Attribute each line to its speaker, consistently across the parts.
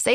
Speaker 1: Say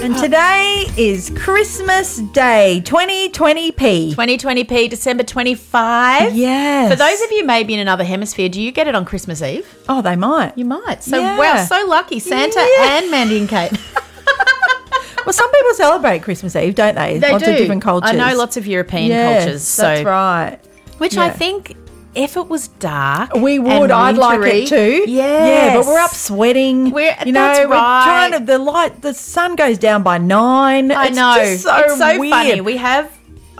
Speaker 2: And today is Christmas Day 2020p.
Speaker 3: 2020p, December 25.
Speaker 2: Yes.
Speaker 3: For those of you maybe in another hemisphere, do you get it on Christmas Eve?
Speaker 2: Oh, they might.
Speaker 3: You might. So,
Speaker 2: Yeah.
Speaker 3: wow, so lucky. Santa
Speaker 2: Yeah.
Speaker 3: and Mandy and Kate.
Speaker 2: Well, some people celebrate Christmas Eve, don't they?
Speaker 3: They
Speaker 2: lots
Speaker 3: do.
Speaker 2: of different cultures.
Speaker 3: I know lots of European
Speaker 2: Yes,
Speaker 3: cultures. So,
Speaker 2: That's right.
Speaker 3: Which I
Speaker 2: Yeah.
Speaker 3: think if it was dark,
Speaker 2: We
Speaker 3: and
Speaker 2: would. I'd like
Speaker 3: wintry-
Speaker 2: it too.
Speaker 3: Yes.
Speaker 2: Yeah, but we're up sweating.
Speaker 3: We're-
Speaker 2: you know,
Speaker 3: that's
Speaker 2: we're
Speaker 3: right.
Speaker 2: trying to the light the sun goes down by nine.
Speaker 3: I
Speaker 2: it's
Speaker 3: know.
Speaker 2: Just so
Speaker 3: it's so
Speaker 2: weird.
Speaker 3: funny. We have.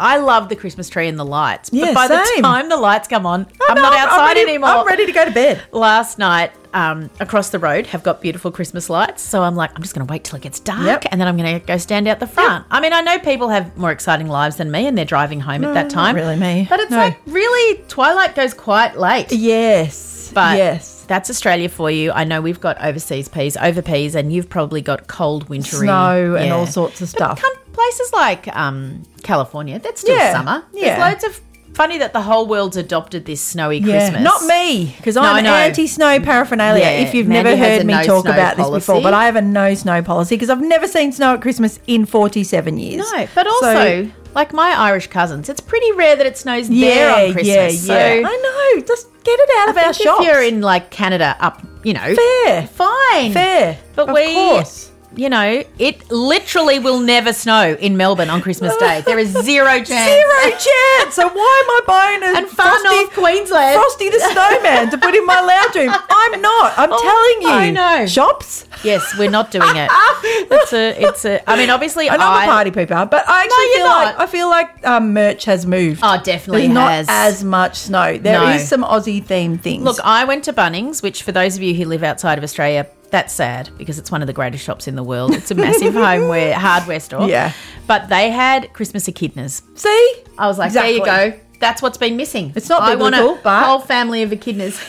Speaker 3: I love the Christmas tree and the lights.
Speaker 2: Yeah,
Speaker 3: but by the
Speaker 2: same.
Speaker 3: time the lights come on,
Speaker 2: I
Speaker 3: I'm
Speaker 2: know,
Speaker 3: not outside
Speaker 2: ready-
Speaker 3: anymore.
Speaker 2: I'm ready to go to bed.
Speaker 3: last night um, across the road have got beautiful Christmas lights. So I'm like, I'm just going to wait till it gets dark
Speaker 2: Yep.
Speaker 3: and then I'm going to go stand out the front. I mean, I know people have more exciting lives than me and they're driving home at that
Speaker 2: not
Speaker 3: time.
Speaker 2: really me.
Speaker 3: But it's
Speaker 2: No.
Speaker 3: like, really, twilight goes quite late.
Speaker 2: Yes.
Speaker 3: But
Speaker 2: yes.
Speaker 3: that's Australia for you. I know we've got overseas peas, over peas, and you've probably got cold, wintry
Speaker 2: Snow and all sorts of
Speaker 3: But
Speaker 2: stuff.
Speaker 3: Come places like um, California, that's still
Speaker 2: Yeah,
Speaker 3: summer.
Speaker 2: yeah.
Speaker 3: There's loads of funny that the whole world's adopted this snowy Christmas.
Speaker 2: Not me, because
Speaker 3: No, I
Speaker 2: I'm
Speaker 3: know.
Speaker 2: anti-snow paraphernalia.
Speaker 3: Yeah,
Speaker 2: if you've
Speaker 3: Mandy
Speaker 2: never
Speaker 3: has
Speaker 2: heard
Speaker 3: a
Speaker 2: me
Speaker 3: no
Speaker 2: talk
Speaker 3: snow
Speaker 2: about this before,
Speaker 3: policy.
Speaker 2: but I have a no snow policy because I've never seen snow at Christmas in 47 years.
Speaker 3: No, but
Speaker 2: So-
Speaker 3: also like my Irish cousins, it's pretty rare that it snows there on Christmas. so
Speaker 2: I know. Just get it out
Speaker 3: I
Speaker 2: of our
Speaker 3: think if
Speaker 2: shops.
Speaker 3: you're in like Canada, up you know,
Speaker 2: Fair.
Speaker 3: fine,
Speaker 2: fair,
Speaker 3: But
Speaker 2: of
Speaker 3: we,
Speaker 2: course.
Speaker 3: you know, it literally will never snow in Melbourne on Christmas Day. There is zero chance.
Speaker 2: Zero chance. So why am I buying a
Speaker 3: And far north Queensland.
Speaker 2: Frosty the Snowman to put in my lounge room? I'm not. I'm telling you.
Speaker 3: Oh, I know.
Speaker 2: Shops.
Speaker 3: Yes, we're not doing it. It's a, it's a. I mean, obviously,
Speaker 2: And I'm
Speaker 3: I-
Speaker 2: a party pooper, but I actually
Speaker 3: you're
Speaker 2: feel like
Speaker 3: not.
Speaker 2: I feel like um, merch has moved.
Speaker 3: Oh, definitely
Speaker 2: There's not
Speaker 3: has.
Speaker 2: as much snow. There is
Speaker 3: No.
Speaker 2: some Aussie themed things.
Speaker 3: Look, I went to Bunnings, which for those of you who live outside of Australia, that's sad because it's one of the greatest shops in the world. It's a massive homeware hardware store.
Speaker 2: Yeah.
Speaker 3: But they had Christmas echidnas.
Speaker 2: see,
Speaker 3: I was like, there you
Speaker 2: Exactly.
Speaker 3: go. That's what's been missing.
Speaker 2: It's not
Speaker 3: I want a
Speaker 2: biblical, but-
Speaker 3: whole family of echidnas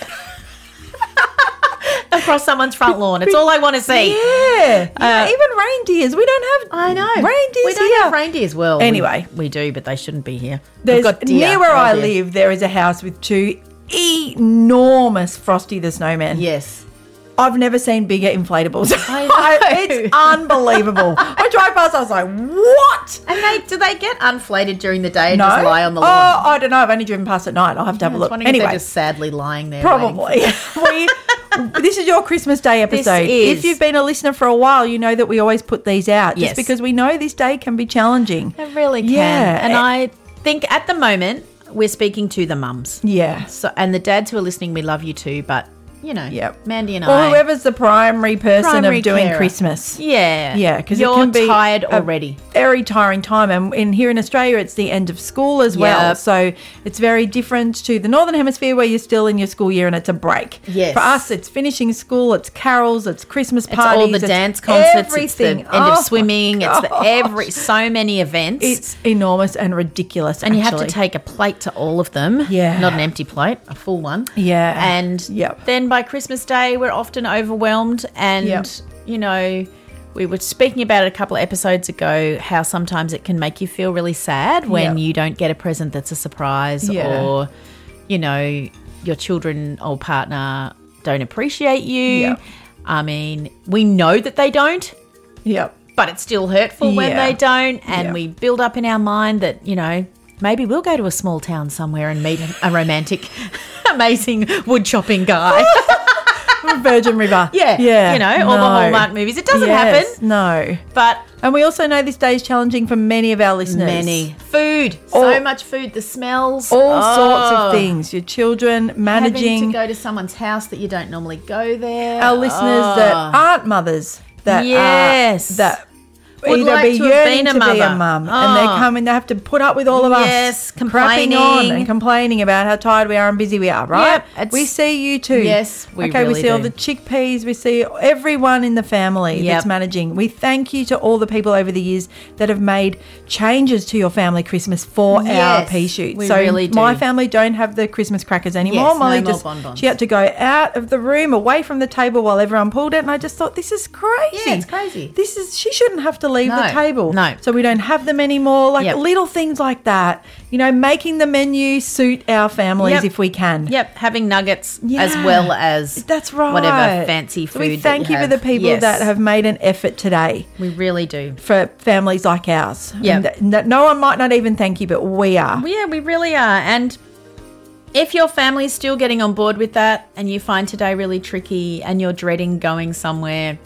Speaker 3: across someone's front lawn. It's all I want to see.
Speaker 2: Yeah,
Speaker 3: Uh,
Speaker 2: yeah, even reindeers. We don't have.
Speaker 3: I know.
Speaker 2: reindeers
Speaker 3: We don't
Speaker 2: here.
Speaker 3: have reindeers. Well, we-
Speaker 2: Anyway.
Speaker 3: we, do, but they shouldn't be here. We've
Speaker 2: There's
Speaker 3: got deer.
Speaker 2: near where
Speaker 3: Oh,
Speaker 2: I
Speaker 3: dear.
Speaker 2: live. There is a house with two enormous Frosty the Snowman.
Speaker 3: Yes.
Speaker 2: I've never seen bigger inflatables.
Speaker 3: I know.
Speaker 2: it's unbelievable. I drive past. I was like, what?
Speaker 3: And they do they get unflated during the day and
Speaker 2: No.
Speaker 3: just lie on the lawn?
Speaker 2: Oh, I don't know. I've only driven past at night. I'll have to have a
Speaker 3: I was
Speaker 2: look.
Speaker 3: wondering if
Speaker 2: Anyway,
Speaker 3: they're just sadly lying there. waiting
Speaker 2: Probably. we, this is your Christmas Day episode.
Speaker 3: is.
Speaker 2: If you've been a listener for a while, you know that we always put these out
Speaker 3: Yes.
Speaker 2: just because we know this day can be challenging.
Speaker 3: for- It really can.
Speaker 2: Yeah.
Speaker 3: And I think at the moment we're speaking to the mums.
Speaker 2: Yeah.
Speaker 3: So and the dads who are listening, we love you too, but you know,
Speaker 2: Yep.
Speaker 3: Mandy and I
Speaker 2: Or whoever's the primary person
Speaker 3: Primary
Speaker 2: of doing
Speaker 3: carer.
Speaker 2: Christmas.
Speaker 3: Yeah.
Speaker 2: Yeah, because
Speaker 3: you're
Speaker 2: it can be
Speaker 3: tired
Speaker 2: a
Speaker 3: already.
Speaker 2: Very tiring time, and in here in Australia, it's the end of school as well.
Speaker 3: Yep.
Speaker 2: So it's very different to the northern hemisphere where you're still in your school year and it's a break.
Speaker 3: Yes.
Speaker 2: for us, it's finishing school, it's carols, it's Christmas
Speaker 3: It's all
Speaker 2: parties,
Speaker 3: the dance concerts, it's the
Speaker 2: everything.
Speaker 3: end
Speaker 2: Oh my
Speaker 3: of swimming, it's the
Speaker 2: gosh.
Speaker 3: every so many events.
Speaker 2: It's enormous and ridiculous,
Speaker 3: and you have to
Speaker 2: actually.
Speaker 3: take a plate to all of them.
Speaker 2: Yeah.
Speaker 3: Not an empty plate, a full one.
Speaker 2: Yeah.
Speaker 3: And
Speaker 2: Yep.
Speaker 3: then by Christmas Day, we're often overwhelmed. And,
Speaker 2: Yep.
Speaker 3: you know, we were speaking about it a couple of episodes ago how sometimes it can make you feel really sad when
Speaker 2: Yeah.
Speaker 3: you don't get a present that's a surprise
Speaker 2: Yeah.
Speaker 3: or, you know, your children or partner don't appreciate you.
Speaker 2: Yep.
Speaker 3: I mean, we know that they don't.
Speaker 2: Yep.
Speaker 3: but it's still hurtful when
Speaker 2: Yeah.
Speaker 3: they don't. And
Speaker 2: Yeah.
Speaker 3: we build up in our mind that, you know, maybe we'll go to a small town somewhere and meet a romantic, amazing wood chopping guy.
Speaker 2: Virgin River.
Speaker 3: Yeah,
Speaker 2: yeah.
Speaker 3: you know, all the Hallmark movies. It doesn't
Speaker 2: Yes,
Speaker 3: happen.
Speaker 2: No.
Speaker 3: But
Speaker 2: And we also know this day is challenging for many of our listeners.
Speaker 3: many food,
Speaker 2: All-
Speaker 3: so much food, the smells,
Speaker 2: All
Speaker 3: Oh.
Speaker 2: sorts of things. Your children,
Speaker 3: Having
Speaker 2: managing
Speaker 3: to go to someone's house that you don't normally go there. Oh.
Speaker 2: our listeners that aren't mothers that
Speaker 3: Ah. Yes.
Speaker 2: are, that
Speaker 3: Would
Speaker 2: either
Speaker 3: like
Speaker 2: be
Speaker 3: to have
Speaker 2: yearning
Speaker 3: been a
Speaker 2: to be a
Speaker 3: mother.
Speaker 2: mum and they
Speaker 3: Oh.
Speaker 2: come and they have to put up with all of us
Speaker 3: Yes,
Speaker 2: crapping on
Speaker 3: complaining.
Speaker 2: and complaining about how tired we are and busy we are, right?
Speaker 3: Yep, it's-
Speaker 2: we see you too.
Speaker 3: Yes, we
Speaker 2: Okay, we
Speaker 3: really
Speaker 2: see all
Speaker 3: do.
Speaker 2: the chickpeas, we see everyone in the family that's
Speaker 3: Yep.
Speaker 2: managing. We thank you to all the people over the years that have made changes to your family Christmas for our
Speaker 3: Yes,
Speaker 2: pea shoot.
Speaker 3: we
Speaker 2: so
Speaker 3: really do.
Speaker 2: my family don't have the Christmas crackers anymore.
Speaker 3: Yes, no
Speaker 2: Molly
Speaker 3: more
Speaker 2: just
Speaker 3: bonbons.
Speaker 2: she had to go out of the room, away from the table while everyone pulled it. And I just thought, this is crazy.
Speaker 3: Yeah, it's crazy.
Speaker 2: This is, she shouldn't have to leave the
Speaker 3: No,
Speaker 2: table.
Speaker 3: no.
Speaker 2: So we don't have them anymore. Like
Speaker 3: Yep.
Speaker 2: little things like that. You know, making the menu suit our families
Speaker 3: Yep.
Speaker 2: if we can.
Speaker 3: Yep, having nuggets
Speaker 2: Yeah.
Speaker 3: as well as
Speaker 2: That's right.
Speaker 3: whatever fancy food.
Speaker 2: So we
Speaker 3: that
Speaker 2: thank you,
Speaker 3: have.
Speaker 2: for the people
Speaker 3: Yes,
Speaker 2: that have made an effort today
Speaker 3: We really do.
Speaker 2: for families like ours.
Speaker 3: Yep.
Speaker 2: And that- that no one might not even thank you, but we are.
Speaker 3: Yeah, we really are. And if your family's still getting on board with that, and you find today really tricky, and you're dreading going somewhere,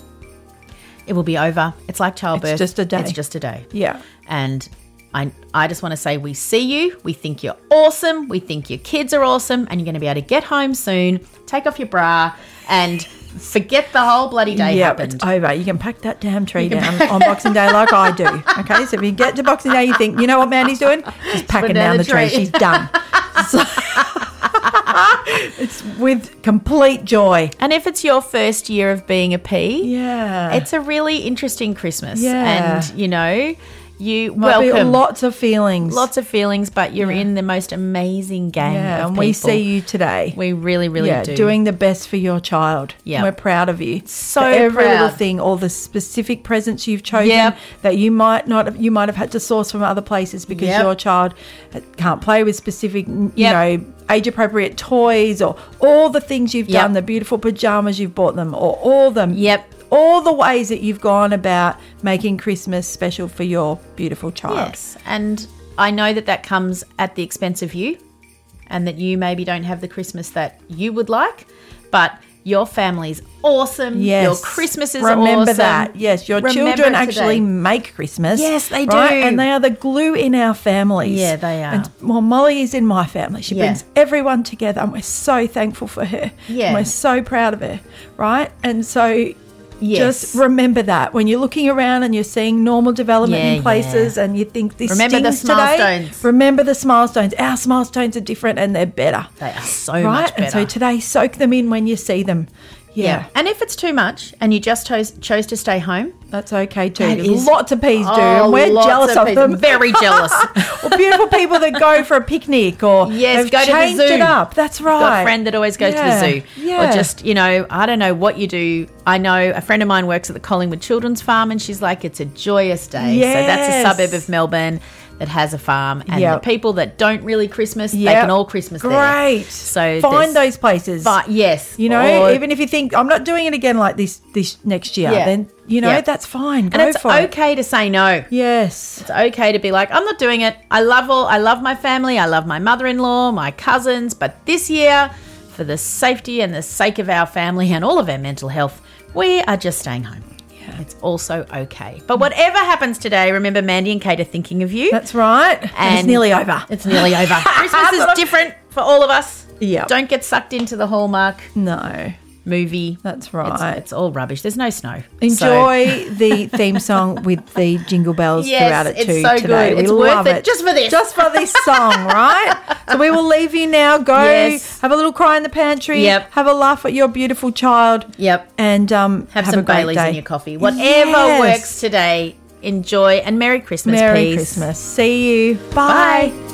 Speaker 3: it will be over. It's like childbirth.
Speaker 2: just a day.
Speaker 3: It's just a day.
Speaker 2: yeah.
Speaker 3: And I, I just want to say we see you. We think you're awesome. We think your kids are awesome. And you're going to be able to get home soon, take off your bra, and forget the whole bloody day
Speaker 2: yeah,
Speaker 3: happened.
Speaker 2: it's over. You can pack that damn tree down on Boxing Day like I do. Okay, so if you get to Boxing Day, you think, you know what Mandy's doing? She's packing down
Speaker 3: down
Speaker 2: the
Speaker 3: the
Speaker 2: tree.
Speaker 3: tree.
Speaker 2: She's done. So- it's with complete joy.
Speaker 3: and if it's your first year of being a P,
Speaker 2: Yeah.
Speaker 3: it's a really interesting Christmas.
Speaker 2: Uh. Yeah.
Speaker 3: And, you know, you
Speaker 2: Might be
Speaker 3: welcome
Speaker 2: lots of feelings.
Speaker 3: lots of feelings, but you're in the most amazing gang.
Speaker 2: yeah,
Speaker 3: of
Speaker 2: and we
Speaker 3: people.
Speaker 2: see you today.
Speaker 3: We really, really
Speaker 2: yeah,
Speaker 3: do.
Speaker 2: doing the best for your child.
Speaker 3: Yeah.
Speaker 2: And we're proud of you.
Speaker 3: So
Speaker 2: for every little
Speaker 3: proud.
Speaker 2: thing, all the specific presents you've chosen
Speaker 3: Yep.
Speaker 2: that you might not have, you might have had to source from other places because
Speaker 3: Yep.
Speaker 2: your child can't play with specific, you
Speaker 3: Yep.
Speaker 2: know, age appropriate toys or all the things you've
Speaker 3: Yep.
Speaker 2: done, the beautiful pajamas you've bought them or all the
Speaker 3: Yep.
Speaker 2: all the ways that you've gone about making Christmas special for your beautiful child.
Speaker 3: Yes, and I know that that comes at the expense of you, and that you maybe don't have the Christmas that you would like, but your family's awesome.
Speaker 2: Yes.
Speaker 3: your Christmases are
Speaker 2: Remember
Speaker 3: awesome.
Speaker 2: that. Yes, your
Speaker 3: Remember
Speaker 2: children
Speaker 3: it
Speaker 2: actually
Speaker 3: today.
Speaker 2: make Christmas.
Speaker 3: Yes, they do.
Speaker 2: And they are the glue in our families.
Speaker 3: Yeah, they are.
Speaker 2: And well, Molly is in my family. She
Speaker 3: Yeah.
Speaker 2: brings everyone together, and we're so thankful for her.
Speaker 3: Yeah.
Speaker 2: And we're so proud of her, right? And so.
Speaker 3: Yes.
Speaker 2: Just remember that when you're looking around and you're seeing normal development
Speaker 3: Yeah,
Speaker 2: in places, and you think this
Speaker 3: Remember the
Speaker 2: stings today,
Speaker 3: milestones.
Speaker 2: Remember the milestones. Our milestones are different and they're better,
Speaker 3: They are so
Speaker 2: right?
Speaker 3: much better.
Speaker 2: And so today, soak them in when you see them.
Speaker 3: yeah.
Speaker 2: yeah.
Speaker 3: and if it's too much and you just chose, chose to stay home,
Speaker 2: That's okay too.
Speaker 3: That
Speaker 2: 'cause
Speaker 3: is-
Speaker 2: lots of peas do,
Speaker 3: oh,
Speaker 2: and we're
Speaker 3: lots
Speaker 2: jealous of,
Speaker 3: people-
Speaker 2: them.
Speaker 3: Very jealous.
Speaker 2: Or beautiful people that go for a picnic or
Speaker 3: Yes,
Speaker 2: they've
Speaker 3: go to the
Speaker 2: changed
Speaker 3: zoo.
Speaker 2: it up. That's right.
Speaker 3: got a friend that always goes
Speaker 2: Yeah,
Speaker 3: to the zoo.
Speaker 2: Yeah.
Speaker 3: Or just, you know, I don't know what you do. I know a friend of mine works at the Collingwood Children's Farm and she's like, it's a joyous day.
Speaker 2: Yes.
Speaker 3: So that's a suburb of Melbourne that has a farm. And
Speaker 2: Yep.
Speaker 3: the people that don't really Christmas, they
Speaker 2: Yep.
Speaker 3: can all Christmas
Speaker 2: Great.
Speaker 3: there.
Speaker 2: So
Speaker 3: So
Speaker 2: find
Speaker 3: there's-
Speaker 2: those places.
Speaker 3: But yes. Oh,
Speaker 2: you know,
Speaker 3: or-
Speaker 2: even if you think I'm not doing it again like this this next year,
Speaker 3: Yeah.
Speaker 2: then you know
Speaker 3: Yeah.
Speaker 2: that's fine. Go
Speaker 3: and it's
Speaker 2: for it.
Speaker 3: okay to say no.
Speaker 2: Yes.
Speaker 3: It's okay to be like, I'm not doing it. I love all I love my family, I love my mother in law, my cousins, but this year, for the safety and the sake of our family and all of our mental health, we are just staying home. Yeah. It's also okay. But whatever happens today, remember Mandy and Kate are thinking of you.
Speaker 2: That's right. And, it's
Speaker 3: And-
Speaker 2: nearly over.
Speaker 3: it's nearly over. Christmas is different for all of us.
Speaker 2: Yeah.
Speaker 3: Don't get sucked into the Hallmark
Speaker 2: No.
Speaker 3: movie.
Speaker 2: That's
Speaker 3: It's,
Speaker 2: right.
Speaker 3: it's all rubbish. There's no snow. So-
Speaker 2: Enjoy the theme song with the jingle bells
Speaker 3: Yes,
Speaker 2: throughout it
Speaker 3: it's
Speaker 2: too
Speaker 3: so
Speaker 2: today.
Speaker 3: good.
Speaker 2: We
Speaker 3: It's worth
Speaker 2: love
Speaker 3: it just for this.
Speaker 2: Just for this song, right? So we will leave you now. Go
Speaker 3: Yes.
Speaker 2: have a little cry in the pantry.
Speaker 3: Yep.
Speaker 2: Have a laugh at your beautiful child.
Speaker 3: Yep.
Speaker 2: And um,
Speaker 3: Have,
Speaker 2: a
Speaker 3: some
Speaker 2: great
Speaker 3: Baileys
Speaker 2: day.
Speaker 3: in your coffee. Whatever
Speaker 2: Yes.
Speaker 3: works today, enjoy and Merry Christmas.
Speaker 2: Merry
Speaker 3: peas.
Speaker 2: Christmas. See you.
Speaker 3: Bye.
Speaker 2: Bye.